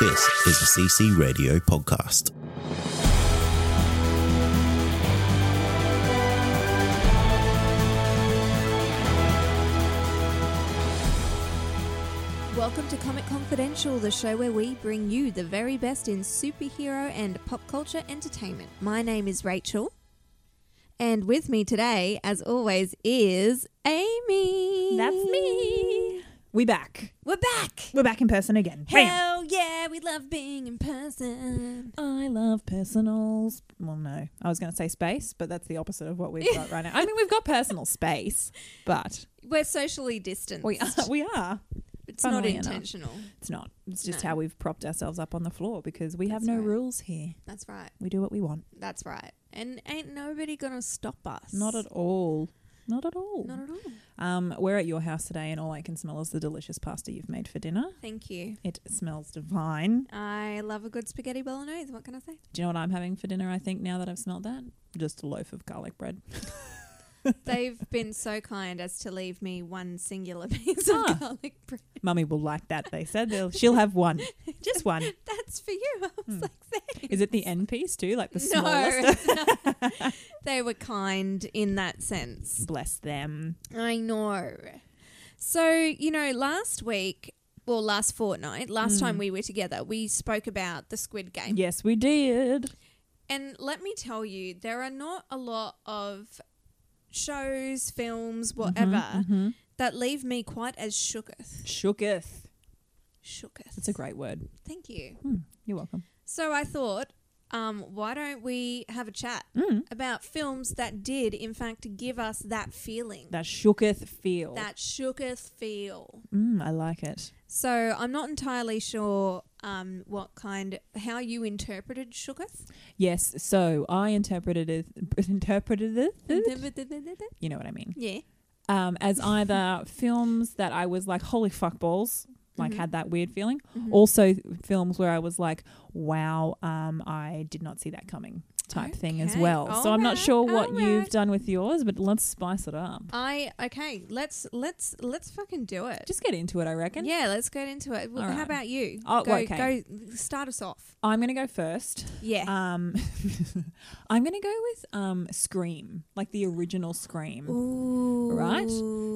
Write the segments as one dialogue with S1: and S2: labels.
S1: This is a CC Radio podcast.
S2: Welcome to Comic Confidential, the show where we bring you the very best in superhero and pop culture entertainment. My name is Rachel, and with me today, as always, is Amy.
S3: That's me. We back.
S2: We're back.
S3: We're back in person again. Bam.
S2: Hell yeah, we love being in person.
S3: I love personals. Well, no, I was going to say space, but that's the opposite of what we've got right now. I mean, we've got personal space, but
S2: We're socially distanced.
S3: we are. We are.
S2: it's not
S3: funnily enough.
S2: intentional.
S3: It's not. It's just
S2: No.
S3: how we've propped ourselves up on the floor because we have
S2: That's
S3: no
S2: right.
S3: rules here.
S2: That's right.
S3: We do what we want.
S2: That's right. And ain't nobody gonna stop us.
S3: Not at all. Not at all.
S2: Not at all.
S3: Um, we're at your house today, and all I can smell is the delicious pasta you've made for dinner.
S2: Thank you.
S3: It smells divine.
S2: I love a good spaghetti bolognese. What can I say?
S3: Do you know what I'm having for dinner? I think now that I've smelled that, just a loaf of garlic bread.
S2: They've been so kind as to leave me one singular piece of
S3: Ah.
S2: garlic bread.
S3: Mummy will like that. They said They'll, she'll have one, just one.
S2: That's for you. I
S3: Hmm.
S2: was like, thanks.
S3: Is it the end piece too? Like the smallest?
S2: no, it's not. they were kind in that sense.
S3: Bless them.
S2: I know. So, you know, last week, well, last fortnight, last time
S3: Hmm.
S2: we were together, we spoke about the Squid Game.
S3: Yes, we did.
S2: And let me tell you, there are not a lot of shows, films,
S3: Mm-hmm,
S2: whatever, that leave me quite as shooketh.
S3: Shooketh.
S2: Shooketh.
S3: That's a great word.
S2: Thank you.
S3: You're welcome.
S2: So I thought, um, why don't we have a chat
S3: Mm.
S2: about films that did, in fact, give us that feeling, that,
S3: That shooketh feel.
S2: shooketh feel.
S3: Mm, I like it.
S2: So I'm not entirely sure um, what kind, how you interpreted shooketh.
S3: Yes. So I interpreted it. Interpreted it. You know what I mean.
S2: yeah.
S3: um, as either films that I was like, holy fuck balls, like had that weird feeling.
S2: Mm. Mm-hmm.
S3: Also, films where I was like, wow, um, I did not see that coming type thing as
S2: Okay.
S3: well. so I'm not
S2: Alright,
S3: sure what you've
S2: alright.
S3: done with yours, but let's spice it up.
S2: I okay. Let's let's let's fucking do it.
S3: Just get into it, I reckon.
S2: yeah, let's get into it. Well,
S3: All
S2: How
S3: right.
S2: about you?
S3: Oh,
S2: go,
S3: okay.
S2: go start us off.
S3: I'm going to go first.
S2: Yeah.
S3: Um, I'm going to go with um, Scream, like the original Scream.
S2: Ooh.
S3: Um, Right?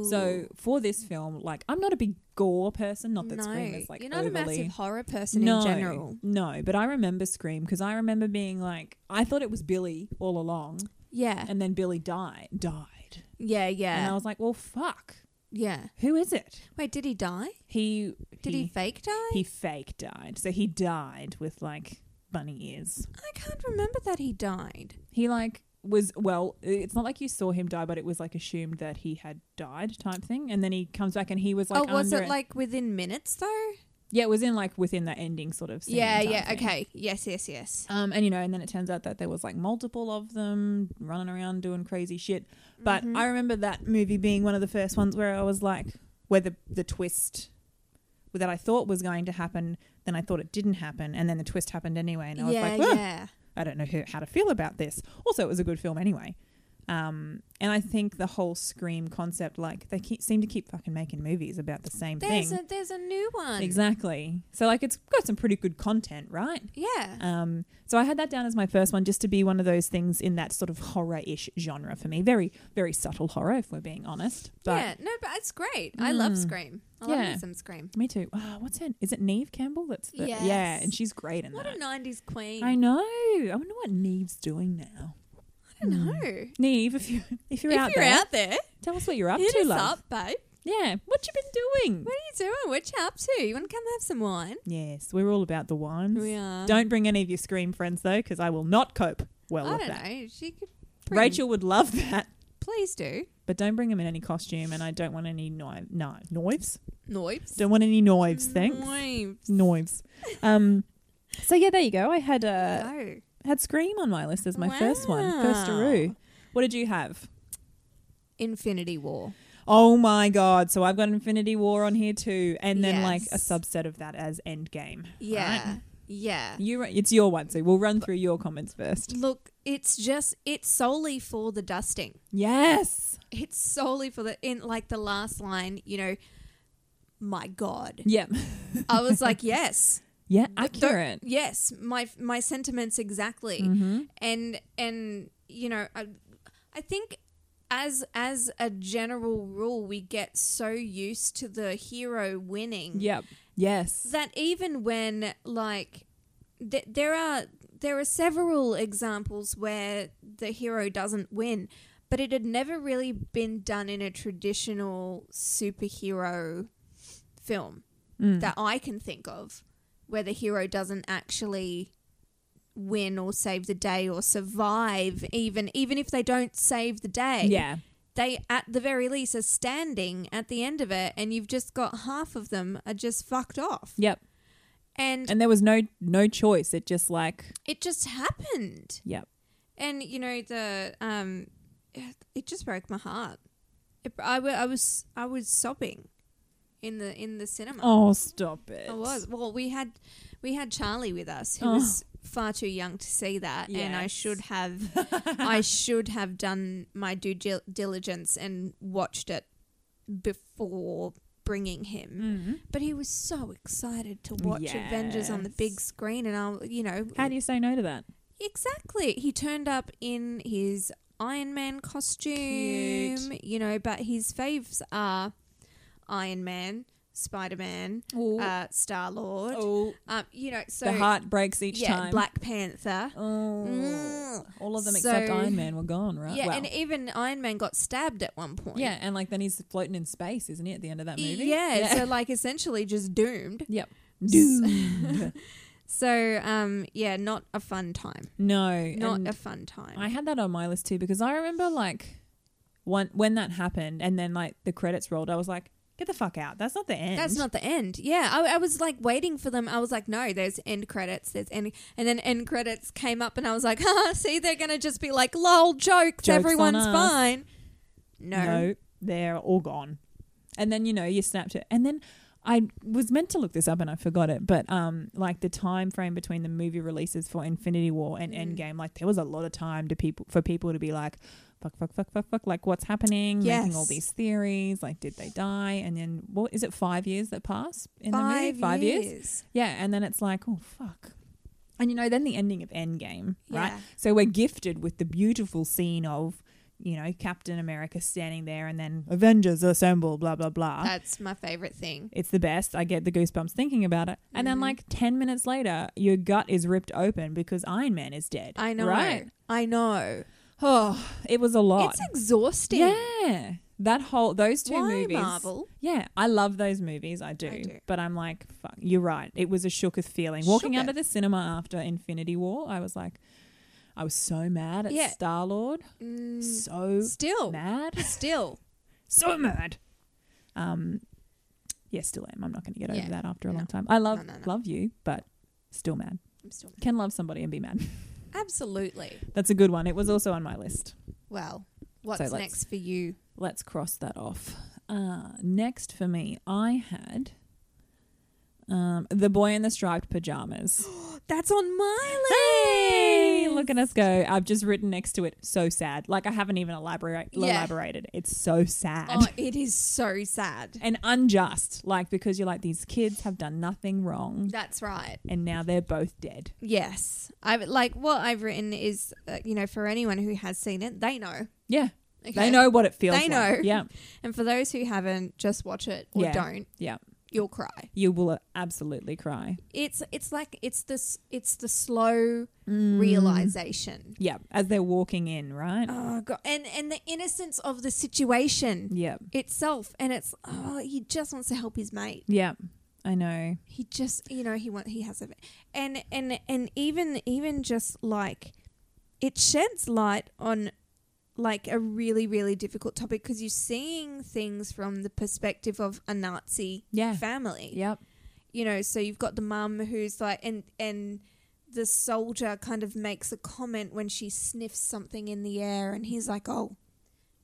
S3: So for this film, like I'm not a big gore person. Not that
S2: no,
S3: Scream is like
S2: you're not a
S3: overly-
S2: massive horror person in general.
S3: No, but I remember Scream because I remember being like, I thought it was Billy all along,
S2: Yeah.
S3: and then Billy died, died,
S2: yeah,
S3: and
S2: yeah.
S3: I was like, well, fuck,
S2: yeah.
S3: who is it?
S2: Wait, did he die?
S3: He
S2: Did he, fake die?
S3: he fake died, so he died with like bunny ears.
S2: I can't remember that he died.
S3: He like was well, it's not like you saw him die, but it was like assumed that he had died type thing, and then he comes back and he was like,
S2: oh, was
S3: under
S2: it like within minutes though?
S3: yeah, it was in like within that ending sort of scene
S2: Yeah,
S3: type
S2: yeah.
S3: thing.
S2: Okay. Yes, yes, yes.
S3: Um, and you know, and then it turns out that there was like multiple of them running around doing crazy shit. But
S2: Mm-hmm.
S3: I remember that movie being one of the first ones where I was like, where the the twist that I thought was going to happen, then I thought it didn't happen, and then the twist happened anyway, and I was
S2: yeah,
S3: like, "Ugh,
S2: yeah.
S3: I don't know who, how to feel about this. Also, it was a good film anyway. Um, and I think the whole scream concept, like they keep, seem to keep fucking making movies about the same
S2: There's
S3: thing.
S2: a there's a new one.
S3: exactly. So like, it's got some pretty good content, right?
S2: Yeah.
S3: Um, so I had that down as my first one, just to be one of those things in that sort of horror-ish genre for me. Very, very subtle horror, if we're being honest. But Mm.
S2: yeah. No, but it's great. I love Scream. I love
S3: Yeah.
S2: me some Scream.
S3: me too. Ah, what's her? Is it Neve Campbell? That's the, yeah,
S2: Yes.
S3: and she's great in
S2: What
S3: that.
S2: a '90s queen.
S3: I know. I wonder what Neve's doing now.
S2: I don't know.
S3: Neve, if you if you're
S2: if
S3: out
S2: you're
S3: there,
S2: out there,
S3: tell us what you're up
S2: hit
S3: to,
S2: us
S3: love.
S2: up, babe.
S3: Yeah, what you been doing?
S2: What are you doing? What you up to? You want to come have some wine?
S3: Yes, we're all about the wines.
S2: We are.
S3: Don't bring any of your scream friends though, because I will not cope well
S2: I
S3: with
S2: don't
S3: that.
S2: know. She could. bring-
S3: Rachel would love that.
S2: please do.
S3: But don't bring them in any costume, and I don't want any knives. No, knives.
S2: Noibs.
S3: Don't want any knives. Thanks.
S2: Noibs.
S3: Knives. Um. So yeah, there you go. I had uh,
S2: Go.
S3: had Scream on my list as my first one. First
S2: Wow.
S3: Aru. What did you have?
S2: Infinity War.
S3: Oh my god! So I've got Infinity War on here too, and then like a
S2: Yes.
S3: subset of that as Endgame.
S2: Yeah.
S3: Right?
S2: Yeah.
S3: You, ri- it's your one, so we'll run through your comments first.
S2: Look, it's just it's solely for the dusting.
S3: Yes.
S2: It's solely for the in like the last line, you know, my god.
S3: Yeah.
S2: I was like, yes.
S3: Yeah.
S2: Don't-
S3: Accurate.
S2: yes, my my sentiments exactly. And and you know, I, I think as as a general rule, we get so used to the hero winning
S3: Yep. Yes.
S2: that even when like th- there are there are several examples where the hero doesn't win, but it had never really been done in a traditional superhero film that I can think of where the hero doesn't actually win or save the day or survive even even if they don't save the day
S3: Yeah.
S2: they at the very least are standing at the end of it and you've just got half of them are just fucked off
S3: Yep.
S2: and,
S3: And there was no no choice. It just like
S2: it just happened
S3: yep.
S2: and you know the um it just broke my heart it, I, wa- I was i was sobbing in the in the cinema
S3: Oh, stop it.
S2: I was. Well, we had we had Charlie with us, who
S3: Oh.
S2: was far too young to see that, and I
S3: Yes.
S2: should have I should have done my due gil- diligence and watched it before bringing him.
S3: Mhm.
S2: But he was so excited to watch Avengers on the
S3: Yes.
S2: big screen, and I, you know,
S3: How do you say no to that?
S2: exactly. He turned up in his Iron Man costume, you know, but his faves are Iron Man, Spider Man, uh, Star Lord.
S3: oh,
S2: Um, you know, so
S3: the heart breaks each
S2: yeah,
S3: time.
S2: Black Panther.
S3: Oh,
S2: Mm.
S3: all of them
S2: So-
S3: except Iron Man were gone, right?
S2: Yeah,
S3: Well,
S2: and even Iron Man got stabbed at one point.
S3: yeah, and like then he's floating in space, isn't he? At the end of that movie.
S2: Yeah, so like essentially just doomed.
S3: yep.
S2: So um yeah, not a fun time.
S3: no,
S2: Not
S3: and
S2: a fun time.
S3: I had that on my list too because I remember like one when that happened, and then like the credits rolled. I was like, "Get the fuck out! That's not the end.
S2: That's not the end. Yeah, I, I was like waiting for them. I was like, no, there's end credits. There's end, and then end credits came up, and I was like, ah, see, they're gonna just be like, lol, jokes.
S3: Joke's on
S2: everyone's
S3: us.
S2: fine.
S3: no. they're all gone. And then you know you snapped it, and then I was meant to look this up and I forgot it, but um, like the time frame between the movie releases for Infinity War and
S2: Mm.
S3: Endgame, like there was a lot of time to people for people to be like, fuck, fuck, fuck, fuck, fuck, like what's happening, making all
S2: Yes.
S3: these theories, like did they die, and then what is it, five years that pass in the
S2: five,
S3: movie, five years,
S2: years.
S3: yeah, and then it's like, oh fuck. And you know, then the ending of Endgame, right?
S2: Yeah.
S3: So we're gifted with the beautiful scene of, you know, Captain America standing there and then Avengers assemble, blah, blah, blah.
S2: That's my favorite thing.
S3: it's the best. I get the goosebumps thinking about it. And
S2: Mm-hmm.
S3: then, like, 10 minutes later, your gut is ripped open because Iron Man is dead.
S2: I know.
S3: Right?
S2: I know.
S3: Oh, it was a lot.
S2: It's exhausting.
S3: yeah. That whole, those two
S2: Why
S3: movies.
S2: Marvel?
S3: Yeah, I love those movies. I do,
S2: do.
S3: but I'm like, fuck. You're right. It was a shooketh feeling. Walking out
S2: Shooketh.
S3: of the cinema after Infinity War, I was like, I was so mad at
S2: Yeah.
S3: Star Lord.
S2: Mm,
S3: So
S2: still.
S3: mad.
S2: Still.
S3: So mad. Um, yeah, still am. I'm not going to get over
S2: Yeah.
S3: that after a
S2: No.
S3: long time. I love
S2: No, no, no.
S3: love you, but still mad.
S2: I'm still.
S3: Can love somebody and be mad.
S2: Absolutely.
S3: That's a good one. It was also on my list.
S2: Well, what's
S3: let's-
S2: next for you?
S3: Let's cross that off. Uh, next for me, I had um, the boy in the striped pajamas.
S2: That's on my
S3: Hey, look at us go! I've just written next to it. So sad. Like I haven't even elaborate,
S2: Yeah.
S3: elaborated. It's so sad
S2: Oh, it is so sad.
S3: and unjust. Like because you're like these kids have done nothing wrong,
S2: That's right.
S3: and now they're both dead.
S2: Yes. I have like what I've written is uh, you know for anyone who has seen it, they know.
S3: Yeah,
S2: Okay?
S3: they know what it feels.
S2: They
S3: like.
S2: know.
S3: Yeah,
S2: And for those who haven't, just watch it or
S3: Yeah.
S2: don't.
S3: yeah.
S2: You'll cry.
S3: You will absolutely cry.
S2: It's it's like it's this it's the slow realization.
S3: Yeah, as they're walking in, right?
S2: Mm. Oh god. And and the innocence of the situation
S3: Yeah,
S2: itself and it's oh he just wants to help his mate.
S3: yeah. I know.
S2: he just you know he want he has a and and and even even just like it sheds light on like a really, really difficult topic because you're seeing things from the perspective of a Nazi
S3: Yeah.
S2: family.
S3: Yep.
S2: You know, so you've got the mum who's like, and and the soldier kind of makes a comment when she sniffs something in the air, and he's like, "Oh,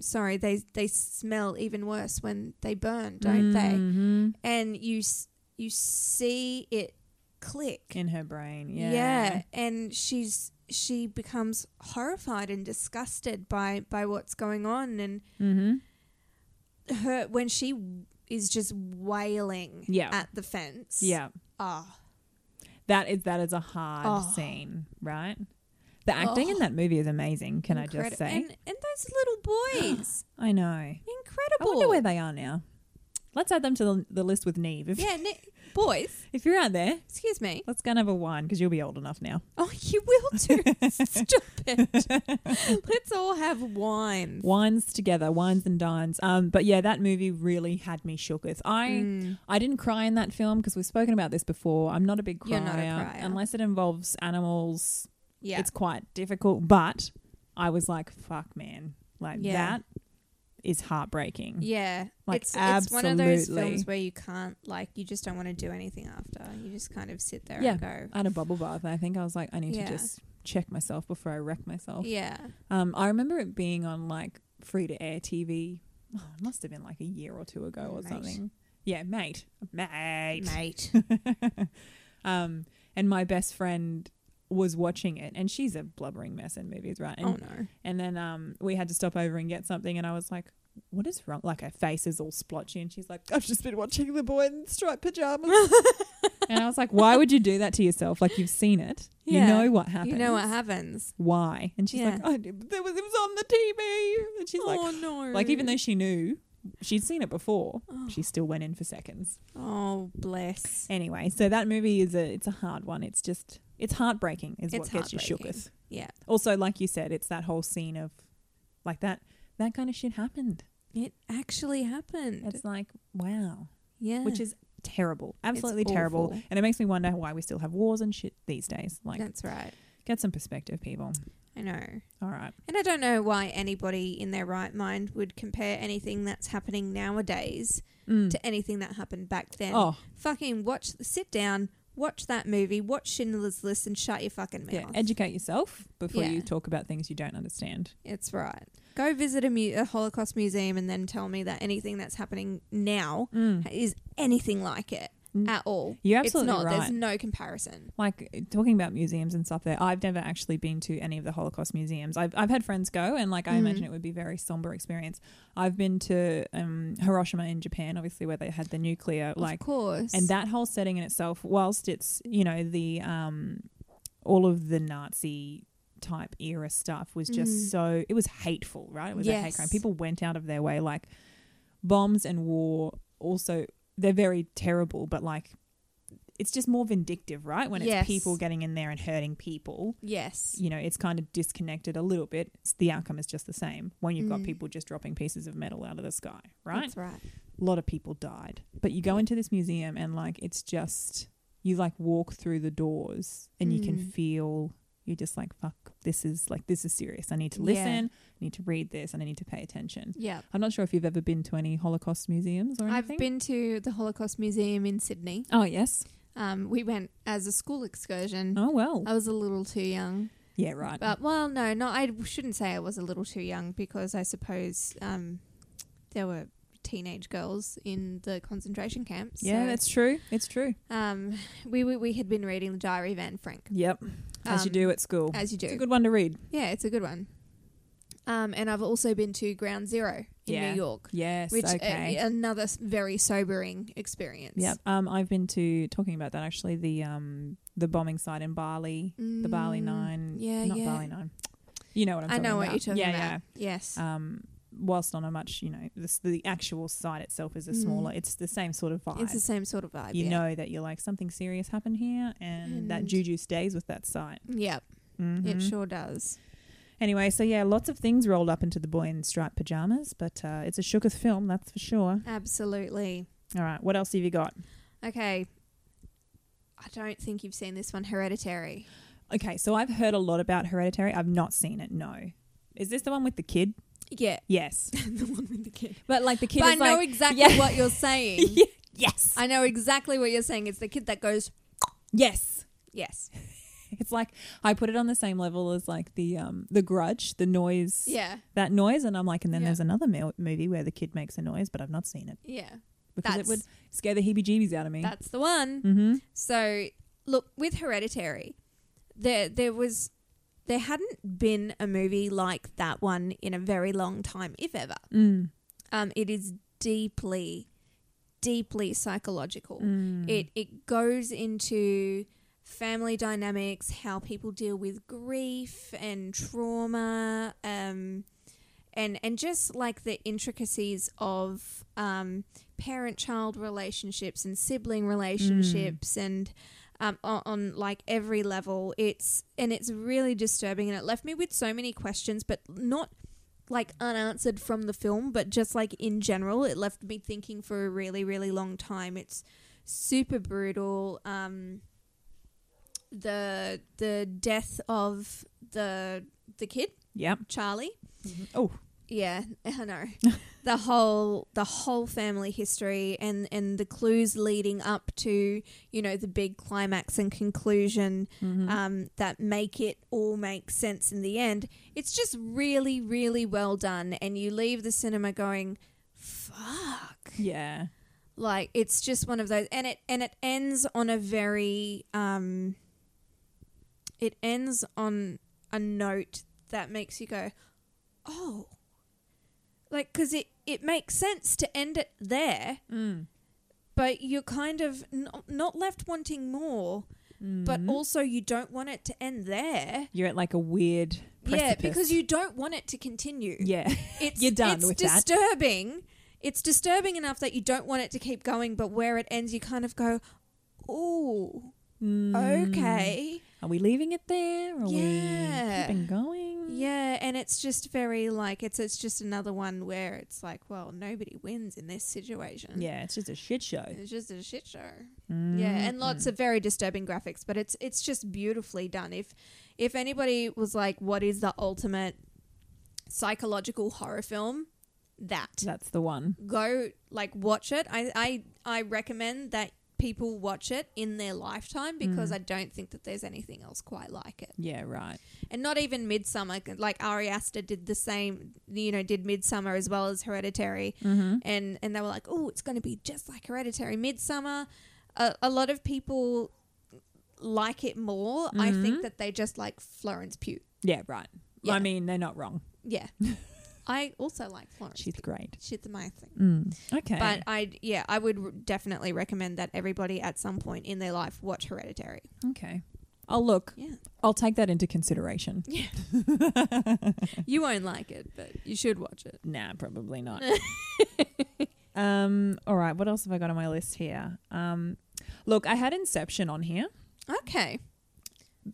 S2: sorry, they they smell even worse when they burn, don't they?"
S3: Mhm.
S2: And you s- you see it click.
S3: In her brain. Yeah.
S2: Yeah, and she's she becomes horrified and disgusted by by what's going on, and
S3: Mm-hmm.
S2: her when she is just wailing
S3: Yeah.
S2: at the fence.
S3: Yeah.
S2: ah,
S3: That is that is a hard
S2: Oh.
S3: scene, right? The acting in
S2: Oh.
S3: that movie is amazing. Can I
S2: incredi-
S3: just say?
S2: And, and those little boys,
S3: I know. I
S2: incredible.
S3: wonder where they are now. Let's add them to the, the list with Neve. If,
S2: yeah, ni- boys.
S3: if you're out there,
S2: Excuse me.
S3: let's go and have a wine because you'll be old enough now.
S2: Oh, you will too. Stop it. Let's all have wine.
S3: Wines together, wines and dines. Um, but yeah, that movie really had me shooketh. I
S2: Mm.
S3: I didn't cry in that film because we've spoken about this before. I'm not a big crier,
S2: You're not a crier.
S3: unless it involves animals.
S2: Yeah,
S3: It's quite difficult, but I was like, "Fuck, man! Like
S2: Yeah.
S3: that is heartbreaking."
S2: yeah.
S3: Like,
S2: it's it's one of those
S3: absolutely.
S2: films where you can't like you just don't want to do anything after. You just kind of sit there
S3: Yeah. Oh,
S2: and go.
S3: I had a bubble bath, and I think I was like, I need
S2: Yeah.
S3: to just check myself before I wreck myself.
S2: Yeah.
S3: Um, I remember it being on like free to air TV. Oh, it must have been like a year or two ago or
S2: Mate.
S3: something. Yeah, mate, mate.
S2: Mate.
S3: um, and my best friend was watching it, and she's a blubbering mess in movies, right? And,
S2: oh no.
S3: and then um, we had to stop over and get something, and I was like. What is wrong? Like her face is all splotchy, and she's like, "I've just been watching the boy in striped pajamas." and I was like, "Why would you do that to yourself? Like you've seen it,
S2: Yeah.
S3: you know what happens.
S2: You know what happens.
S3: why? And she's
S2: Yeah.
S3: like, oh, there was it was on the TV. And she's like,
S2: Oh, no.
S3: like even though she knew she'd seen it before, she still went in for seconds.
S2: Oh bless.
S3: Anyway, so that movie is a it's a hard one. It's just it's heartbreaking is
S2: It's
S3: what gets you
S2: heartbreaking.
S3: shooketh.
S2: Yeah.
S3: Also, like you said, it's that whole scene of like that that kind of shit happened.
S2: It actually happened.
S3: It's like wow,
S2: yeah.
S3: which is terrible, absolutely
S2: It's
S3: terrible,
S2: awful.
S3: and it makes me wonder why we still have wars and shit these days. Like,
S2: that's right.
S3: get some perspective, people.
S2: I know. And
S3: All right.
S2: I don't know why anybody in their right mind would compare anything that's happening nowadays
S3: Mm.
S2: to anything that happened back then.
S3: Oh,
S2: Fucking watch sit down, watch that movie, watch Schindler's List and shut your fucking mouth.
S3: Yeah, educate yourself before
S2: Yeah.
S3: you talk about things you don't understand.
S2: It's right. Go visit a, mu- a Holocaust museum and then tell me that anything that's happening now is anything like it
S3: Mm.
S2: at all.
S3: You're
S2: Mm. it's
S3: absolutely
S2: not. There's
S3: right.
S2: no comparison.
S3: Like talking about museums and stuff there, I've never actually been to any of the Holocaust museums. I've, I've had friends go, and like I
S2: Mm-hmm.
S3: imagine it would be a very somber experience. I've been to um, Hiroshima in Japan, obviously where they had the nuclear like
S2: of course.
S3: and that whole setting in itself whilst it's you know the um all of the nazi type era stuff was just
S2: Mm.
S3: so it was hateful right it was a hate crime
S2: Yes.
S3: people went out of their way like bombs and war also they're very terrible but like it's just more vindictive right when it's
S2: Yes.
S3: people getting in there and hurting people
S2: yes.
S3: you know it's kind of disconnected a little bit It's- the outcome is just the same when you've got
S2: Mm.
S3: people just dropping pieces of metal out of the sky right
S2: That's right.
S3: a lot of people died. But you go into this museum and like it's just you like walk through the doors and you can
S2: Mm.
S3: feel you're just like fuck this is like this is serious. I need to
S2: Yeah.
S3: listen, I need to read this and I need to pay attention.
S2: Yeah.
S3: I'm not sure if you've ever been to any Holocaust museums or
S2: I've
S3: anything.
S2: been to the Holocaust Museum in Sydney.
S3: Oh yes.
S2: Um, we went as a school excursion.
S3: Oh well.
S2: I was a little too young.
S3: yeah, right.
S2: But well, no, no, I shouldn't say I was a little too young because I suppose um, there were teenage girls in the concentration camps.
S3: yeah,
S2: so-
S3: that's true. It's true.
S2: Um, we, we we had been reading the diary of Anne Frank,
S3: Yep. As you
S2: Um,
S3: do at school.
S2: as you
S3: It's a
S2: do.
S3: good one to read.
S2: yeah, it's a good one. Um, and I've also been to Ground Zero in
S3: Yeah.
S2: New York,
S3: Yes.
S2: which uh,
S3: okay.
S2: another s- very sobering experience.
S3: Yep. Um, I've been to talking about that actually. The um, the bombing site in Bali, the Bali
S2: Mm,
S3: Nine.
S2: yeah,
S3: not
S2: yeah.
S3: Bali Nine. You know what I'm.
S2: I
S3: talking
S2: know what
S3: about.
S2: you're talking
S3: yeah,
S2: about. Yes.
S3: Yeah. Um, whilst on a much, you know, this, the actual site itself is a
S2: Mm.
S3: smaller. It's the same sort of vibe.
S2: it's the same sort of vibe.
S3: you
S2: yeah.
S3: know that you're like something serious happened here, and, that
S2: And-
S3: juju stays with that site.
S2: Yep,
S3: Mhm.
S2: it sure does.
S3: Anyway, so yeah, lots of things rolled up into the boy in striped pajamas, but uh, it's a shooketh film, that's for sure.
S2: Absolutely.
S3: All right, what else have you got?
S2: Okay. I don't think you've seen this one, Hereditary.
S3: Okay, so I've heard a lot about Hereditary. I've not seen it. No, Is this the one with the kid?
S2: Yeah,
S3: Yes.
S2: the one with the kid.
S3: But like the kid
S2: But I
S3: is
S2: know
S3: like,
S2: exactly
S3: Yeah.
S2: what you're saying.
S3: Yeah. Yes.
S2: I know exactly what you're saying. It's the kid that goes,
S3: yes.
S2: yes,
S3: It's like I put it on the same level as like the um the grudge, the noise.
S2: yeah,
S3: That noise and I'm like and then
S2: Yeah.
S3: there's another mo- movie where the kid makes a noise but I've not seen it
S2: yeah.
S3: because
S2: That's-
S3: it would scare the heebie-jeebies out of me.
S2: That's the one.
S3: Mhm.
S2: So, look, with Hereditary, there there was there hadn't been a movie like that one in a very long time, if ever.
S3: Mm.
S2: Um, it is deeply, deeply psychological. It it goes into family dynamics, how people deal with grief and trauma, um, and and just like the intricacies of um, parent child relationships and sibling relationships and. Um, on, on like every level it's and it's really disturbing and it left me with so many questions but not like unanswered from the film, but just like in general, it left me thinking for a really, really long time. It's super brutal. Um, the the death of the the kid
S3: Yep.
S2: Charlie.
S3: Oh,
S2: Yeah, I know. the whole the whole family history and and the clues leading up to, you know, the big climax and conclusion um, that make it all make sense in the end. It's just really really well done and you leave the cinema going fuck.
S3: yeah.
S2: Like it's just one of those and it and it ends on a very um it ends on a note that makes you go, "Oh." Like cuz it it makes sense to end it there,
S3: Mm.
S2: but you're kind of n- not left wanting more, but
S3: Mm-hmm.
S2: also you don't want it to end there.
S3: You're at like a weird
S2: Yeah,
S3: precipice.
S2: because you don't want it to continue.
S3: Yeah.
S2: It's,
S3: You're done
S2: it's
S3: with that.
S2: disturbing. It's disturbing enough that you don't want it to keep going, but where it ends, you kind of go, "Oh,
S3: Hmm.
S2: okay,
S3: Are we leaving it there? Are
S2: Yeah.
S3: we keeping going?
S2: yeah." And it's just very like it's it's just another one where it's like, well, nobody wins in this situation.
S3: Yeah, it's just a shit show.
S2: It's just a shit show. Yeah,
S3: Mm-hmm.
S2: and lots of very disturbing graphics, but it's it's just beautifully done. If if anybody was like, "What is the ultimate psychological horror film?" That
S3: That's the one.
S2: go like watch it. I I I recommend that people watch it in their lifetime because I don't think that there's anything else quite like it.
S3: Yeah, right.
S2: And not even Midsummer, like Ari Aster did the same. You know, did Midsummer as well as Hereditary
S3: Mm-hmm.
S2: and and they were like, "Oh, it's going to be just like Hereditary." Midsummer, a, a lot of people like it more. I think that they just like Florence Pugh.
S3: Yeah, right.
S2: Yeah.
S3: I mean, they're not wrong.
S2: Yeah, I also like Florence.
S3: She's
S2: Pugh.
S3: great.
S2: She's amazing.
S3: Mm. Okay.
S2: But I, yeah, I would r- definitely recommend that everybody at some point in their life watch Hereditary.
S3: okay. I'll look.
S2: Yeah,
S3: I'll take that into consideration.
S2: yeah. you won't like it, but you should watch it.
S3: Nah, probably not. um, all right. What else have I got on my list here? Um, look, I had Inception on here.
S2: Okay.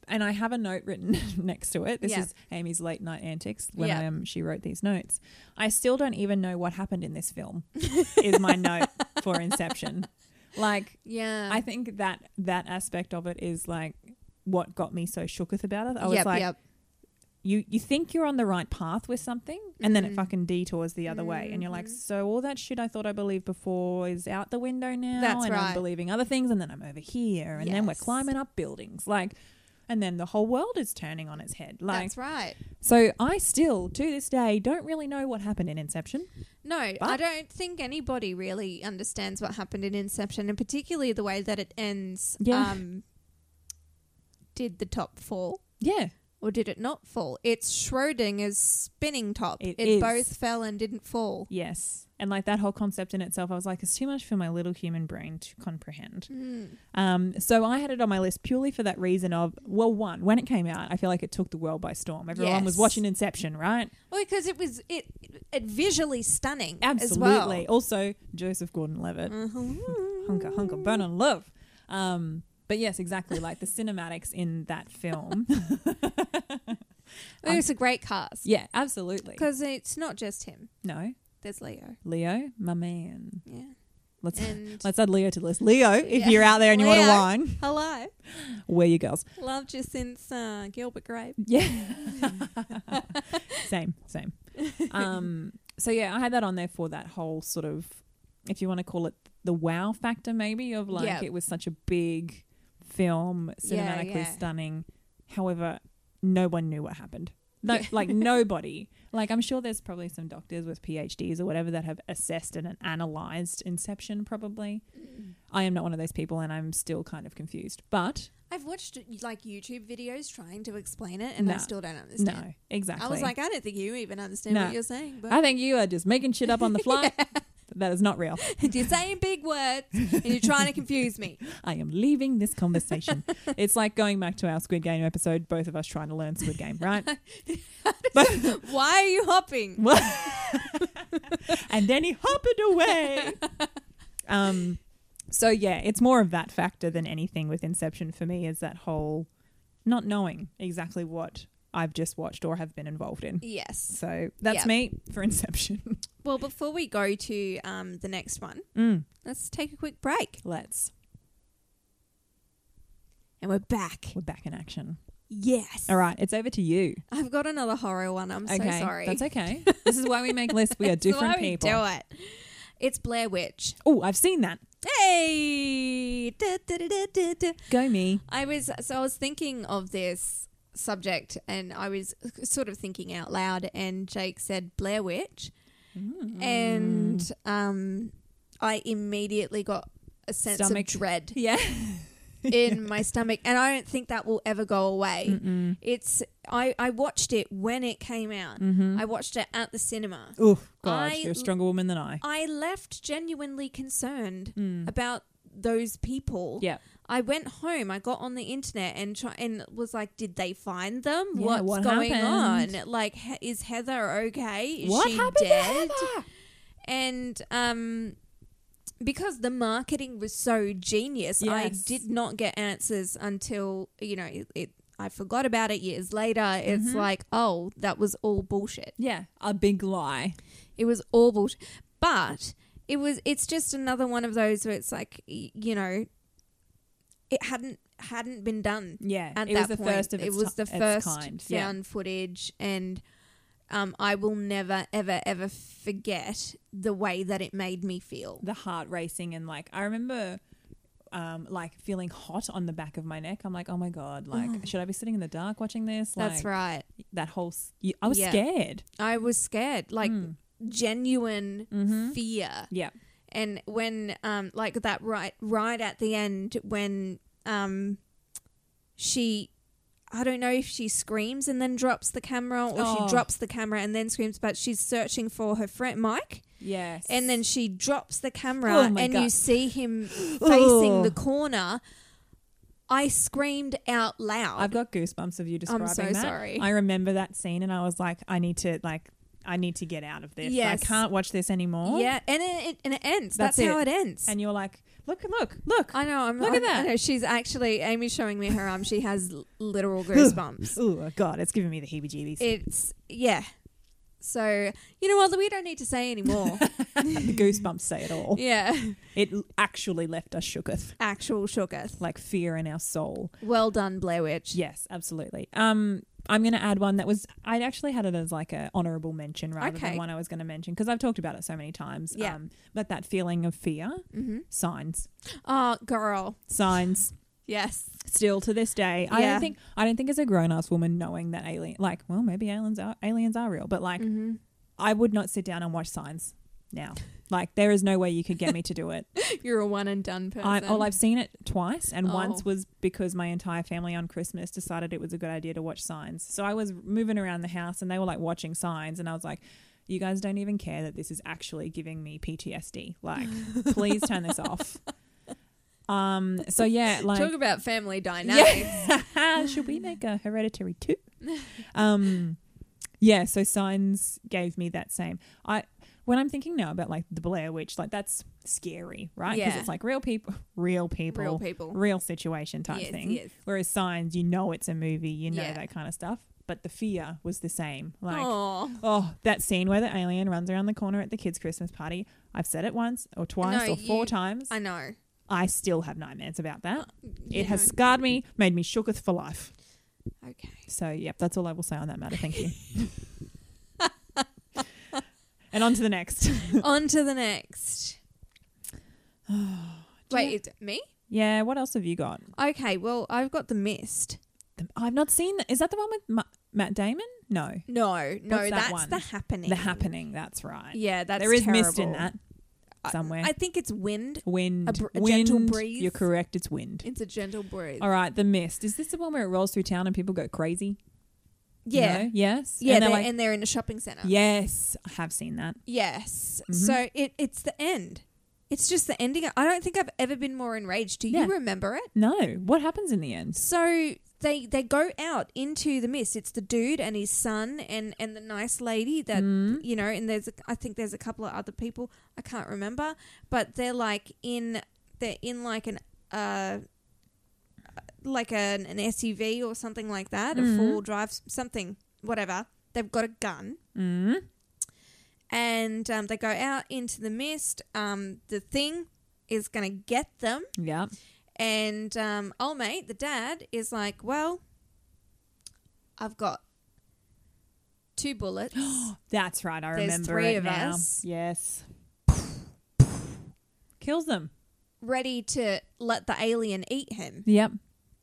S3: and I have a note written next to it. This
S2: Yeah.
S3: is Amy's late night antics when
S2: Yeah.
S3: um, she wrote these notes. I still don't even know what happened in this film. is my note for Inception. Like
S2: Yeah.
S3: I think that that aspect of it is like what got me so shooketh about it. I was
S2: yep,
S3: like,
S2: yep.
S3: you you think you're on the right path with something, and then it
S2: Mhm.
S3: fucking detours the other way, and you're like,
S2: Mhm.
S3: so all that shit I thought I believed before is out the window now,
S2: That's
S3: and
S2: right.
S3: I'm believing other things, and then I'm over here, and then we're
S2: Yes.
S3: climbing up buildings, like. And then the whole world is turning on its head. Like,
S2: That's right.
S3: so I still, to this day, don't really know what happened in Inception.
S2: No, I
S3: But-
S2: don't think anybody really understands what happened in Inception, and particularly the way that it ends.
S3: Yeah.
S2: Um, did the top fall
S3: Yeah,
S2: or did it not fall? It's Schrodinger's spinning top.
S3: It
S2: it
S3: is.
S2: both fell and didn't fall.
S3: Yes. And like that whole concept in itself, I was like, it's too much for my little human brain to comprehend.
S2: Mm.
S3: Um, so I had it on my list purely for that reason of, well, one, when it came out, I feel like it took the world by storm. Everyone was
S2: Yes.
S3: watching Inception, right?
S2: Well, because it was it, it visually stunning.
S3: Absolutely.
S2: As well.
S3: Also, Joseph Gordon Levitt,
S2: Mm-hmm.
S3: Hunker, Hunker, Burn and Love. Um, but yes, exactly. Like the cinematics in that film.
S2: It was a great cast
S3: um, yeah, absolutely.
S2: because it's not just him.
S3: No,
S2: There's Leo.
S3: Leo, my man.
S2: Yeah.
S3: Let's
S2: And-
S3: let's add Leo to the list. Leo, if
S2: Yeah.
S3: you're out there and you want
S2: Leo.
S3: a wine,
S2: Hello.
S3: we're your girls.
S2: Loved you since uh, Gilbert Grape.
S3: Yeah. same, same. Um, so yeah, I had that on there for that whole sort of, if you want to call it the wow factor, maybe of like
S2: Yeah.
S3: it was such a big film,
S2: Yeah,
S3: cinematically
S2: yeah.
S3: stunning. However, no one knew what happened. No,
S2: Yeah.
S3: like nobody. Like I'm sure there's probably some doctors with PhDs or whatever that have assessed and analyzed Inception. Probably, I am not one of those people, and I'm still kind of confused. But
S2: I've watched like YouTube videos trying to explain it, and I
S3: No.
S2: still don't understand.
S3: no, exactly.
S2: I was like, I don't think you even understand
S3: No.
S2: what you're saying. But
S3: I think you are just making shit up on the fly. That is not real.
S2: you're saying big words, and you're trying to confuse me.
S3: I am leaving this conversation. it's like going back to our Squid Game episode, both of us trying to learn Squid Game, right? But-
S2: Why are you hopping?
S3: and then he hopped away. Um, so, yeah, it's more of that factor than anything with Inception for me is that whole not knowing exactly what I've just watched or have been involved in.
S2: Yes.
S3: So that's
S2: Yeah.
S3: me for Inception.
S2: Well, before we go to um, the next one,
S3: Mm,
S2: let's take a quick break,
S3: let's.
S2: and we're back.
S3: We're back in action.
S2: Yes.
S3: All right, it's over to you.
S2: I've got another horror one. I'm
S3: okay,
S2: so sorry.
S3: That's okay. This is why we make lists. We are
S2: That's
S3: different
S2: why we
S3: people.
S2: do it. It's Blair Witch.
S3: Oh, I've seen that.
S2: Hey. Da, da, da, da, da, da.
S3: Go me.
S2: I was so I was thinking of this subject and I was sort of thinking out loud and Jake said Blair Witch
S3: Mm.
S2: and um I immediately got a sense
S3: Stomach.
S2: of dread
S3: Yeah.
S2: in my stomach and I don't think that will ever go away.
S3: Mm-mm.
S2: It's I I watched it when it came out.
S3: Mm-hmm.
S2: I watched it at the cinema.
S3: Oh God,
S2: I
S3: you're a stronger woman than I.
S2: I left genuinely concerned
S3: Mm.
S2: about those people.
S3: Yeah.
S2: I went home. I got on the internet and try, and was like, "Did they find them?
S3: Yeah,
S2: What's
S3: what
S2: going
S3: happened?
S2: on? Like, he- is Heather okay? Is
S3: What
S2: she
S3: happened to
S2: dead?"
S3: Heather?
S2: And um, because the marketing was so genius, I
S3: Yes.
S2: did not get answers until you know it. it I forgot about it years later. It's like, oh, that was all bullshit.
S3: Yeah, a big lie.
S2: It was all bullshit. But it was. It's just another one of those where it's like, y- you know, it hadn't hadn't been done.
S3: Yeah,
S2: At
S3: it
S2: that
S3: was the
S2: point,
S3: first of
S2: it
S3: its
S2: was the
S3: ti- its
S2: first
S3: kind. Yeah.
S2: found footage, and um, I will never, ever, ever forget the way that it made me feel.
S3: The heart racing and like I remember. Um, like feeling hot on the back of my neck. I'm like, oh my god! Like, should I be sitting in the dark watching this? Like,
S2: That's right.
S3: That whole, s- you- I was
S2: Yeah.
S3: scared.
S2: I was scared, like
S3: Hmm.
S2: genuine
S3: Mm-hmm.
S2: fear.
S3: Yeah,
S2: and when um like that right right at the end when um she I don't know if she screams and then drops the camera or
S3: Oh.
S2: she drops the camera and then screams but she's searching for her friend Mike
S3: yes.
S2: and then she drops the camera
S3: Oh my
S2: and you
S3: God.
S2: see him
S3: Oh.
S2: facing the corner I screamed out loud
S3: I've got goosebumps of you describing
S2: so
S3: that.
S2: sorry.
S3: I remember that scene, and I was like, I need to like, I need to get out of this.
S2: Yes.
S3: I can't watch this anymore.
S2: yeah and it, it- and it ends that's,
S3: That's
S2: how
S3: it.
S2: it ends
S3: And you're like, look, look, look.
S2: I know. I'm,
S3: Look at
S2: I'm- I
S3: that.
S2: know, she's actually Amy's showing me her arm. She has l- literal goosebumps.
S3: Oh God, it's giving me the heebie-jeebies.
S2: It's yeah. So you know what? We don't need to say anymore.
S3: the goosebumps say it all.
S2: yeah,
S3: It l- actually left us shooketh,
S2: actual shooketh.
S3: like fear in our soul.
S2: Well done, Blair Witch.
S3: Yes, absolutely. Um, I'm going to add one that was I actually had it as like a honourable mention rather
S2: Okay.
S3: than one I was going to mention because I've talked about it so many times.
S2: Yeah.
S3: Um, but that feeling of fear, signs,
S2: Mm-hmm. Oh, girl.
S3: signs.
S2: Yes.
S3: still to this day. I
S2: Yeah.
S3: don't think I don't think as a grown ass woman knowing that alien like well maybe aliens are aliens are real, but like
S2: Mm. Mm-hmm.
S3: I would not sit down and watch Signs now. Like there is no way you could get me to do it.
S2: You're a one and done person.
S3: I, well, I've seen it twice, and
S2: Oh.
S3: once was because my entire family on Christmas decided it was a good idea to watch Signs. So I was moving around the house, and they were like watching Signs, and I was like. You guys don't even care that this is actually giving me PTSD. Like, please turn this off. Um. So yeah, like
S2: Talk about family dynamics.
S3: yeah. Should we make a hereditary two? Um, yeah. So signs gave me that same. I when I'm thinking now about like the Blair Witch, like that's scary, right? Because
S2: Yeah.
S3: it's like real people, real people,
S2: Real people.
S3: real situation type
S2: Yes,
S3: thing.
S2: yes.
S3: Whereas signs, you know, it's a movie, you know
S2: Yeah.
S3: that kind of stuff. but the fear was the same. Like,
S2: Aw.
S3: oh, that scene where the alien runs around the corner at the kids' Christmas party. I've said it once or twice
S2: No,
S3: or four
S2: you-
S3: times.
S2: I know.
S3: I still have nightmares about that.
S2: you
S3: It has
S2: know.
S3: scarred me, made me shooketh for life.
S2: Okay.
S3: So, yep, that's all I will say on that matter. Thank you. and on to the next.
S2: on to the next. Wait, it's me?
S3: yeah, what else have you got?
S2: Okay, well, I've got The Mist.
S3: The- I've not seen. Is that the one with Ma- Matt Damon? No,
S2: No, no,
S3: What's that
S2: that's
S3: one?
S2: The Happening.
S3: The Happening. That's right.
S2: Yeah, that's
S3: there is mist in
S2: terrible.
S3: that
S2: I-
S3: somewhere.
S2: I, think it's wind.
S3: wind,
S2: A br- a
S3: wind.
S2: gentle breeze.
S3: You're correct. It's wind.
S2: It's a gentle breeze.
S3: All right, the mist. Is this the one where it rolls through town and people go crazy?
S2: Yeah.
S3: No? Yes.
S2: Yeah,
S3: And
S2: they're,
S3: they're like,
S2: and they're in a shopping center.
S3: yes, I have seen that.
S2: Yes.
S3: Mm-hmm.
S2: So it it's the end. It's just the ending. I don't think I've ever been more enraged. Do you
S3: Yeah.
S2: remember it?
S3: No, what happens in the end?
S2: So they they go out into the mist. It's the dude and his son and and the nice lady that you know. And there's a, I think there's a couple of other people I can't remember, but they're like in they're in like an uh like an, an SUV or something like that, a four wheel drive s- something whatever. They've got a gun.
S3: Mm.
S2: and um, they go out into the mist. Um, the thing is going to get them,
S3: Yeah.
S2: and um, old mate, the dad, is like, "Well, I've got two bullets.
S3: That's right. I
S2: There's
S3: remember
S2: three
S3: it
S2: of
S3: now.
S2: us.
S3: Yes. Kills them.
S2: ready to let the alien eat him."
S3: Yep.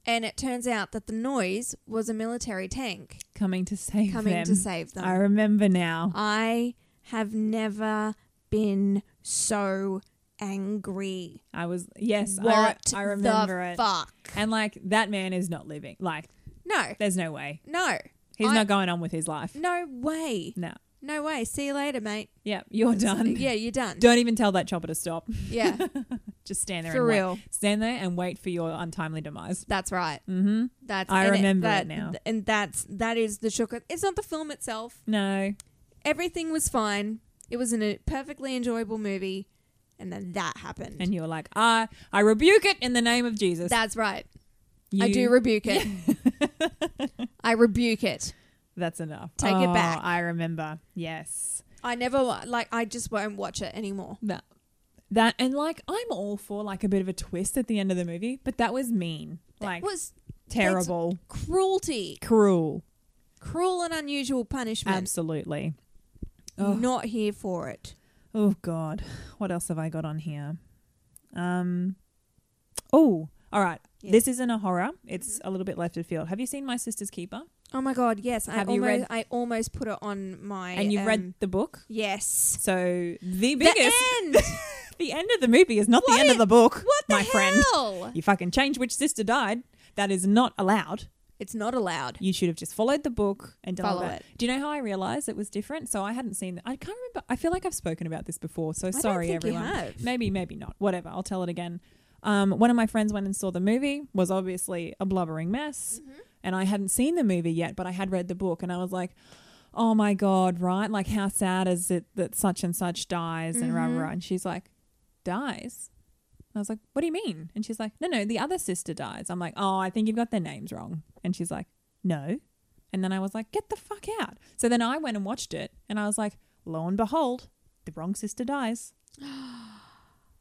S2: And it turns out that the noise was a military tank
S3: Coming to save
S2: coming
S3: them.
S2: to save them.
S3: I remember now.
S2: I have never been so angry.
S3: I was yes. I, re-
S2: What
S3: I remember
S2: the
S3: it.
S2: fuck?
S3: And like that man is not living. Like
S2: No,
S3: there's no way.
S2: no.
S3: He's
S2: I-
S3: not going on with his life.
S2: No way.
S3: No.
S2: No way. See you later, mate.
S3: Yep. You're done.
S2: Yeah, you're done.
S3: Don't even tell that chopper to stop.
S2: Yeah,
S3: Just stand there
S2: for
S3: and wait.
S2: real.
S3: Stand there and wait for your untimely demise.
S2: That's right.
S3: Mm-hmm.
S2: That's
S3: I
S2: and
S3: remember it
S2: that-
S3: now.
S2: And that's that is the shook. It's not the film itself.
S3: No.
S2: Everything was fine. It was an, a perfectly enjoyable movie, and then that happened.
S3: And you're like, I I rebuke it in the name of Jesus.
S2: that's right. I
S3: You-
S2: do rebuke it. I rebuke it.
S3: That's enough.
S2: Take it
S3: Oh,
S2: back.
S3: I remember. Yes.
S2: I never wa- like. I just won't watch it anymore.
S3: That that and like I'm all for like a bit of a twist at the end of the movie, but that was mean.
S2: it
S3: Like
S2: was
S3: terrible.
S2: cruelty,
S3: Cruel.
S2: cruel and unusual punishment.
S3: Absolutely. Oh.
S2: Not here for it.
S3: Oh God, what else have I got on here? Um, oh, all right.
S2: Yeah.
S3: This isn't a horror. It's a little bit left of field. Have you seen My Sister's Keeper?
S2: Oh my god, yes.
S3: Have
S2: I
S3: you
S2: almost
S3: read-
S2: I almost put it on my
S3: And you've
S2: um,
S3: read the book.
S2: Yes.
S3: So the
S2: The
S3: biggest,
S2: end.
S3: the end of the movie is not
S2: What
S3: the end
S2: i-
S3: of the book.
S2: What the
S3: my friend?
S2: hell?
S3: You fucking change which sister died. That is not allowed.
S2: It's not allowed.
S3: You should have just followed the book and done all
S2: Follow
S3: that.
S2: it.
S3: Do you know how I realized it was different? So I hadn't seen. The, I can't remember. I feel like I've spoken about this before. So
S2: don't
S3: sorry,
S2: think you
S3: everyone.
S2: have.
S3: Maybe, maybe not. Whatever. I'll tell it again. Um, one of my friends went and saw the movie. Was obviously a blubbering mess,
S2: Mm-hmm.
S3: and I hadn't seen the movie yet, but I had read the book, and I was like. Oh my god! Right, like how sad is it that such and such dies and rah
S2: Mm-hmm.
S3: rah? rah. And she's like, dies. And I was like, what do you mean? And she's like, no, no, the other sister dies. I'm like, oh, I think you've got their names wrong. And she's like, no. And then I was like, get the fuck out. So then I went and watched it and I was like, lo and behold, the wrong sister dies.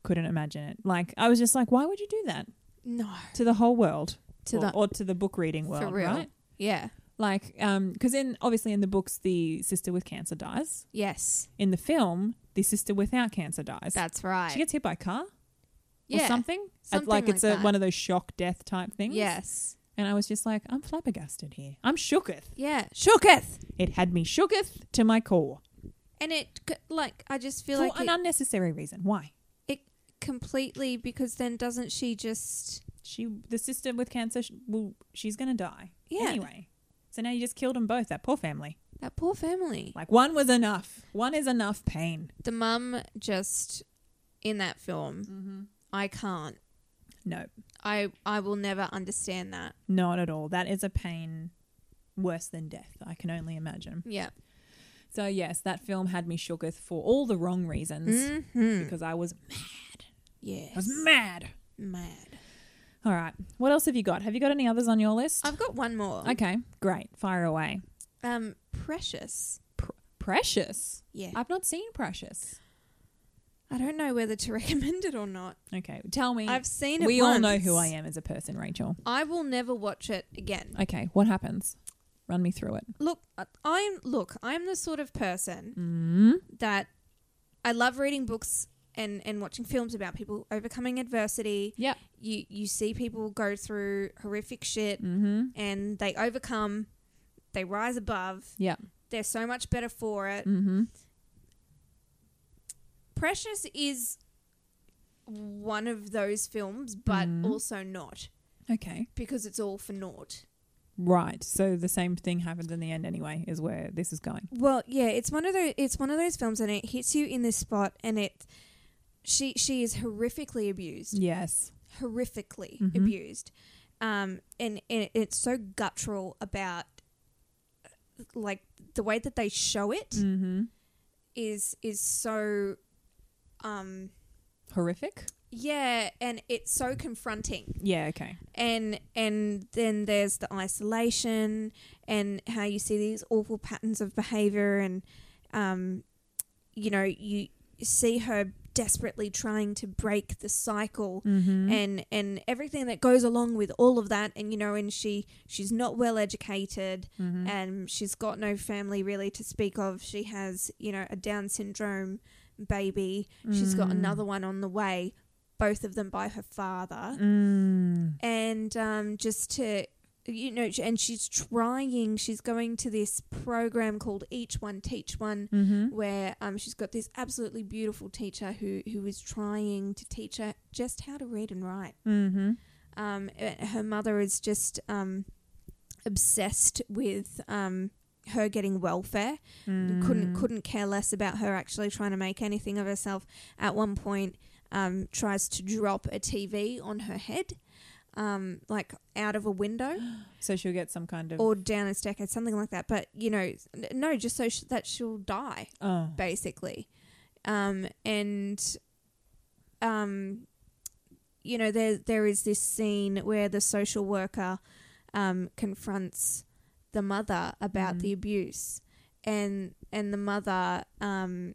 S3: Couldn't imagine it. Like, I was just like, why would you do that
S2: No.
S3: to the whole world?
S2: To
S3: or,
S2: the-
S3: or to the book reading world,
S2: for real.
S3: right?
S2: Yeah.
S3: Like, um, because in obviously in the books, the sister with cancer dies.
S2: Yes.
S3: In the film, the sister without cancer dies.
S2: That's right.
S3: She gets hit by a car
S2: yeah.
S3: or something.
S2: Something
S3: like, it's
S2: like
S3: a,
S2: that.
S3: one of those shock death type things.
S2: Yes.
S3: And I was just like, I'm flabbergasted here. I'm shooketh.
S2: Yeah. Shooketh.
S3: It had me shooketh to my core
S2: And it c- like I just feel
S3: for
S2: like
S3: an
S2: it,
S3: unnecessary reason. Why?
S2: it completely because then doesn't she just
S3: She, the sister with cancer, sh- well, she's gonna die.
S2: Yeah.
S3: Anyway, so now you just killed them both. That poor family.
S2: that poor family.
S3: Like one was enough. One is enough pain.
S2: The mum just in that film. I can't.
S3: No,
S2: I I will never understand that.
S3: not at all. That is a pain worse than death. I can only imagine.
S2: Yeah.
S3: So yes, that film had me shooketh for all the wrong reasons
S2: Mhm.
S3: because I was mad.
S2: Yes.
S3: I was mad.
S2: mad. Um,
S3: All right. What else have you got? Have you got any others on your list?
S2: I've got one more.
S3: Okay, great. Fire away.
S2: Um, Precious.
S3: Pr- Precious.
S2: Yeah. I,
S3: I've not seen Precious.
S2: don't know whether to recommend it or not.
S3: Okay, tell me.
S2: I've seen it.
S3: we all know
S2: once.
S3: who I am as a person, Rachel.
S2: I will never watch it again.
S3: Okay, what happens? Run me through it.
S2: Look, I- I'm look. I'm the sort of person
S3: Mm.
S2: that I love reading books and and watching films about people overcoming adversity.
S3: Yeah.
S2: You you see people go through horrific shit
S3: Mm-hmm.
S2: and they overcome. They rise above.
S3: Yeah.
S2: They're so much better for it.
S3: Mm-hmm.
S2: Precious is one of those films, but
S3: Mm.
S2: also not
S3: Okay.
S2: because it's all for naught.
S3: Right. So the same thing happens in the end anyway, is where this is going.
S2: Well, yeah, it's one of those. It's one of those films, and it hits you in this spot, and it. She she is horrifically abused.
S3: Yes.
S2: horrifically
S3: Mhm.
S2: abused. Um, and, and it's so guttural about like the way that they show it is
S3: Mm-hmm.
S2: is so um
S3: Horrific.
S2: yeah and it's so confronting
S3: Yeah. Okay.
S2: and and then there's the isolation and how you see these awful patterns of behavior and um you know you see her desperately trying to break the cycle
S3: Mm-hmm.
S2: and and everything that goes along with all of that and you know and she she's not well educated
S3: Mm-hmm.
S2: and she's got no family really to speak of she has you know a down syndrome baby she's got
S3: Mm.
S2: another one on the way both of them by her father
S3: Mm.
S2: and um just to you know and she's trying she's going to this program called each one teach one
S3: Mm-hmm.
S2: where um, she's got this absolutely beautiful teacher who, who is trying to teach her just how to read and write.
S3: Mm-hmm.
S2: Um, uh, her mother is just um, obsessed with um, her getting welfare. Couldn't couldn't care less about her actually trying to make anything of herself. At one point, um, tries to drop a TV on her head, um, like out of a window
S3: So she'll get some kind of.
S2: or down a staircase, something like that. But you know, n- no, just so sh- that she'll die
S3: oh.
S2: basically. Um, and um, you know, there there is this scene where the social worker um, confronts the mother about
S3: Mhm.
S2: the abuse, and and the mother um,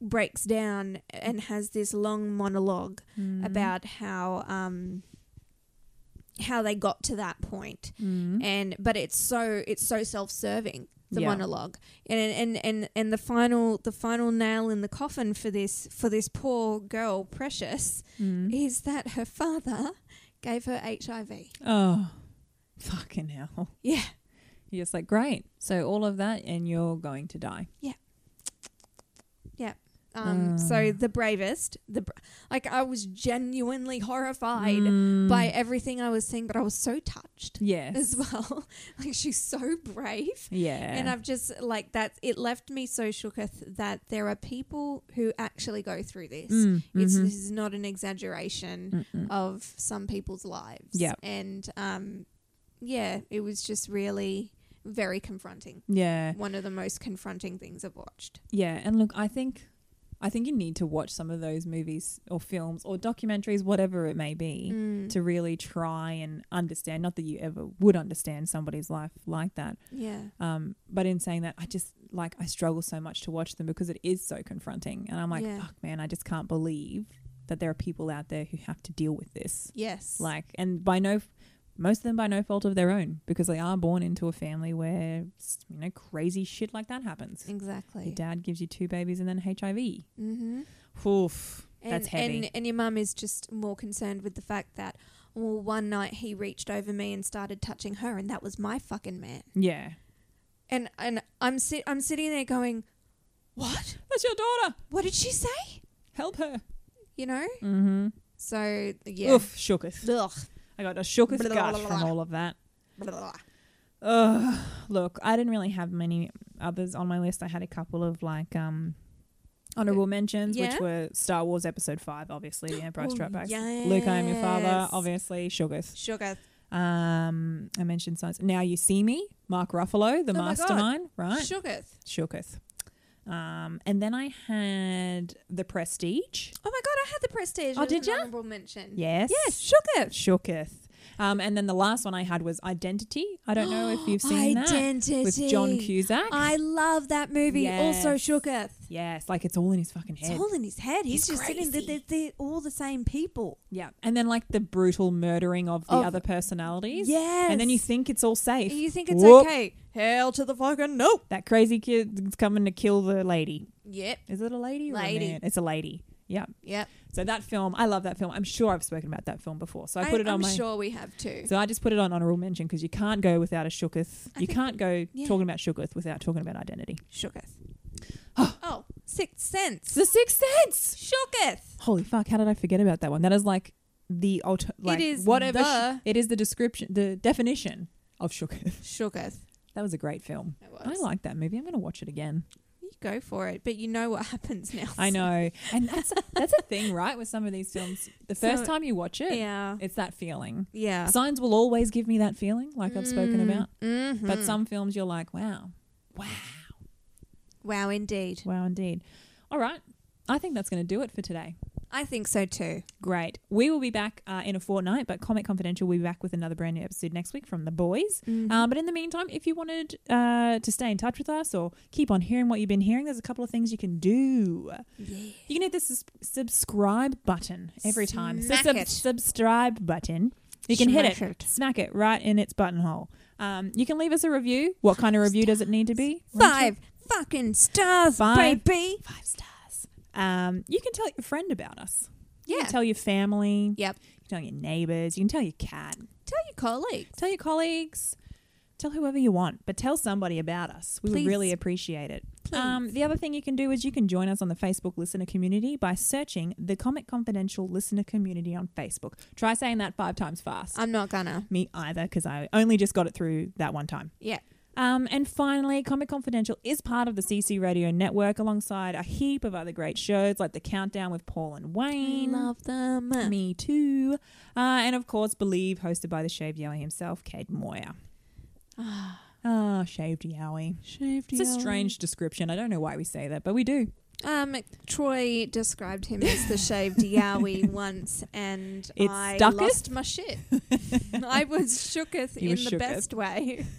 S2: breaks down and has this long monologue
S3: Mhm.
S2: about how um, how they got to that point
S3: Mhm.
S2: and but it's so it's so self-serving the
S3: Yeah.
S2: monologue and and and and the final the final nail in the coffin for this for this poor girl precious
S3: Mhm.
S2: is that her father gave her hiv
S3: Oh, fucking hell.
S2: yeah
S3: You're just like, great. So all of that, and you're going to die.
S2: um
S3: Ah.
S2: so the bravest the br- like i was genuinely horrified
S3: Mm.
S2: by everything i was seeing but i was so touched
S3: Yes.
S2: as well like she's so brave
S3: Yeah.
S2: And I've just like that. It left me so shooketh that there are people who actually go through this.
S3: Mm,
S2: It's
S3: mhm.
S2: this is not an exaggeration
S3: Mm-mm.
S2: of some people's lives.
S3: Yeah.
S2: and um, yeah, it was just really very confronting.
S3: Yeah.
S2: One of the most confronting things I've watched.
S3: Yeah. And look, I think I think you need to watch some of those movies or films or documentaries, whatever it may be,
S2: Mm,
S3: to really try and understand. Not that you ever would understand somebody's life like that.
S2: yeah,
S3: Um, but in saying that, I just like I struggle so much to watch them because it is so confronting. And I'm like,
S2: Yeah.
S3: fuck man, I just can't believe that there are people out there who have to deal with this.
S2: yes,
S3: Like and by no most of them by no fault of their own because they are born into a family where you know crazy shit like that happens. Your
S2: exactly.
S3: dad gives you two babies and then HIV.
S2: Mm-hmm.
S3: Oof,
S2: And,
S3: that's heavy.
S2: And, and your mum is just more concerned with the fact that. Well, one night he reached over me and started touching her, and that was my fucking man.
S3: yeah,
S2: and and I'm sit I'm sitting there going, what?
S3: that's your daughter.
S2: What did she say?
S3: Help her.
S2: You know.
S3: Mm-hmm.
S2: So yeah.
S3: Oof, shooketh.
S2: Ugh.
S3: I got a shooketh
S2: Blah,
S3: gut
S2: blah,
S3: from
S2: blah.
S3: all of that.
S2: Blah, blah, blah.
S3: Ugh. Look, I didn't really have many others on my list. I had a couple of like um honorable mentions,
S2: Uh, Yeah?
S3: which were Star Wars Episode Five, obviously, the Empire
S2: Oh,
S3: Strikes Back. Luke, I am your father,
S2: yes.
S3: obviously. Shooketh.
S2: Sugar.
S3: Um, I mentioned science. Now you see me, Mark Ruffalo, the
S2: Oh my God.
S3: mastermind, right?
S2: Sugar.
S3: Shooketh. Um, and then I had The Prestige.
S2: Oh my god, I had the prestige.
S3: Oh,
S2: as
S3: did
S2: an
S3: ya?
S2: Honorable mention.
S3: Yes.
S2: Yes. Sugar.
S3: Shooketh. Um, and then the last one I had was Identity. I don't know if you've seen
S2: Identity
S3: that with John Cusack.
S2: I love that movie. Also,
S3: Yes.
S2: Shooketh.
S3: yes, like it's all in his fucking head.
S2: It's all in his head. He's,
S3: He's
S2: just sitting there. They're,
S3: crazy.
S2: they're all the same people.
S3: yeah, and then like the brutal murdering of the
S2: Of-
S3: other personalities.
S2: Yes.
S3: and then you think it's all safe.
S2: You think it's
S3: Whoop.
S2: okay? Hell to the fucking nope.
S3: That crazy kid's coming to kill the lady.
S2: Yep.
S3: Is it a lady? Or a
S2: Lady.
S3: man? It's a lady. Yeah.
S2: Yep.
S3: So that film, I love that film. I'm sure I've spoken about that film before. So I put it on
S2: am
S3: my.
S2: sure we have too.
S3: So I just put it on honorable mention because you can't go without a shooketh.
S2: I
S3: you
S2: think-
S3: can't go
S2: yeah.
S3: talking about shooketh without talking about identity.
S2: Shooketh.
S3: Oh.
S2: oh, sixth sense.
S3: It's the sixth sense.
S2: Shooketh.
S3: Holy fuck! How did I forget about that one? That is like the alter. Like
S2: is
S3: whatever.
S2: the-
S3: it is the description, the definition of shooketh.
S2: Shooketh.
S3: That was a great film.
S2: It
S3: I
S2: was.
S3: like that movie. I'm going to watch it again.
S2: You go for it, but you know what happens now.
S3: I know, and that's that's a thing, right? With some of these films, the first
S2: So-
S3: time you watch it,
S2: Yeah.
S3: it's that feeling.
S2: Yeah.
S3: Signs will always give me that feeling, like I've spoken about.
S2: Mm-hmm.
S3: But some films, you're like, wow, wow,
S2: wow, indeed.
S3: wow, indeed. All right, I think that's going to do it for today.
S2: I think so too.
S3: Great. We will be back uh, in a fortnight, but Comic Confidential will be back with another brand new episode next week from the boys.
S2: Mm-hmm. Um,
S3: Uh, but in the meantime, if you wanted uh, to stay in touch with us or keep on hearing what you've been hearing, there's a couple of things you can do.
S2: Yeah.
S3: You can hit the sus- subscribe button every time. It's the
S2: Smack
S3: sub-
S2: it.
S3: subscribe button. You can hit
S2: Smack
S3: it,
S2: it.
S3: smack it right in its buttonhole. Um, you can leave us a review. What kind of review does it need to be? Rachel?
S2: Five fucking stars,
S3: Five.
S2: baby.
S3: Five stars. Um, you can tell your friend about us. You
S2: Yeah.
S3: can tell your family.
S2: Yep.
S3: You can tell your neighbors. You can tell your cat.
S2: Tell your colleagues.
S3: Tell your colleagues. Tell whoever you want, but tell somebody about us. We
S2: Please.
S3: would really appreciate it. Um, the other thing you can do is you can join us on the Facebook listener community by searching the Comic Confidential listener community on Facebook. Try saying that five times fast.
S2: I'm not gonna.
S3: Me either, because I only just got it through that one time.
S2: Yeah.
S3: Um, and finally, Comic Confidential is part of the CC Radio Network alongside a heap of other great shows like The Countdown with Paul and Wayne.
S2: Love them.
S3: Me too. Uh, and of course, Believe, hosted by the shaved Yowie himself, Cade Moyer. Ah, shaved Yowie.
S2: Shaved
S3: It's a strange description. I don't know why we say that, but we do.
S2: Um, Troy described him as the shaved Yowie once, and
S3: It
S2: I
S3: stucketh?
S2: lost my shit. I was shooketh in
S3: You were
S2: the
S3: shooketh.
S2: best way.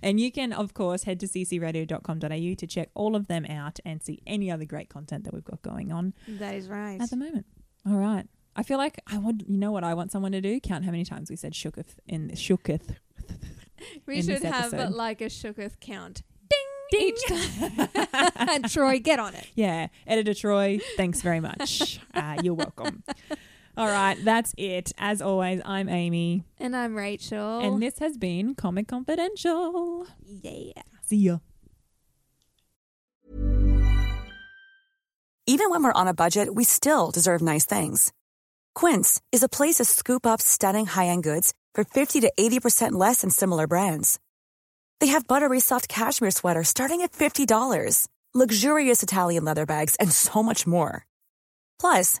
S3: And you can, of course, head to ccradio.com.au to check all of them out and see any other great content that we've got going on
S2: That is right.
S3: at the moment. All right. I feel like I want, you know what I want someone to do? Count how many times we said shooketh in shooketh.
S2: We
S3: in
S2: should
S3: this
S2: have
S3: episode.
S2: like a shooketh count. Ding, each time. Troy, get on it.
S3: Yeah. Editor Troy, thanks very much. uh, you're welcome. All right. That's it. As always, I'm Amy,
S2: And I'm Rachel.
S3: and this has been Comic Confidential.
S2: yeah.
S3: See ya.
S4: Even when we're on a budget, we still deserve nice things. Quince is a place to scoop up stunning high-end goods for 50 to 80% less than similar brands. They have buttery soft cashmere sweaters starting at $50, luxurious Italian leather bags, and so much more. Plus,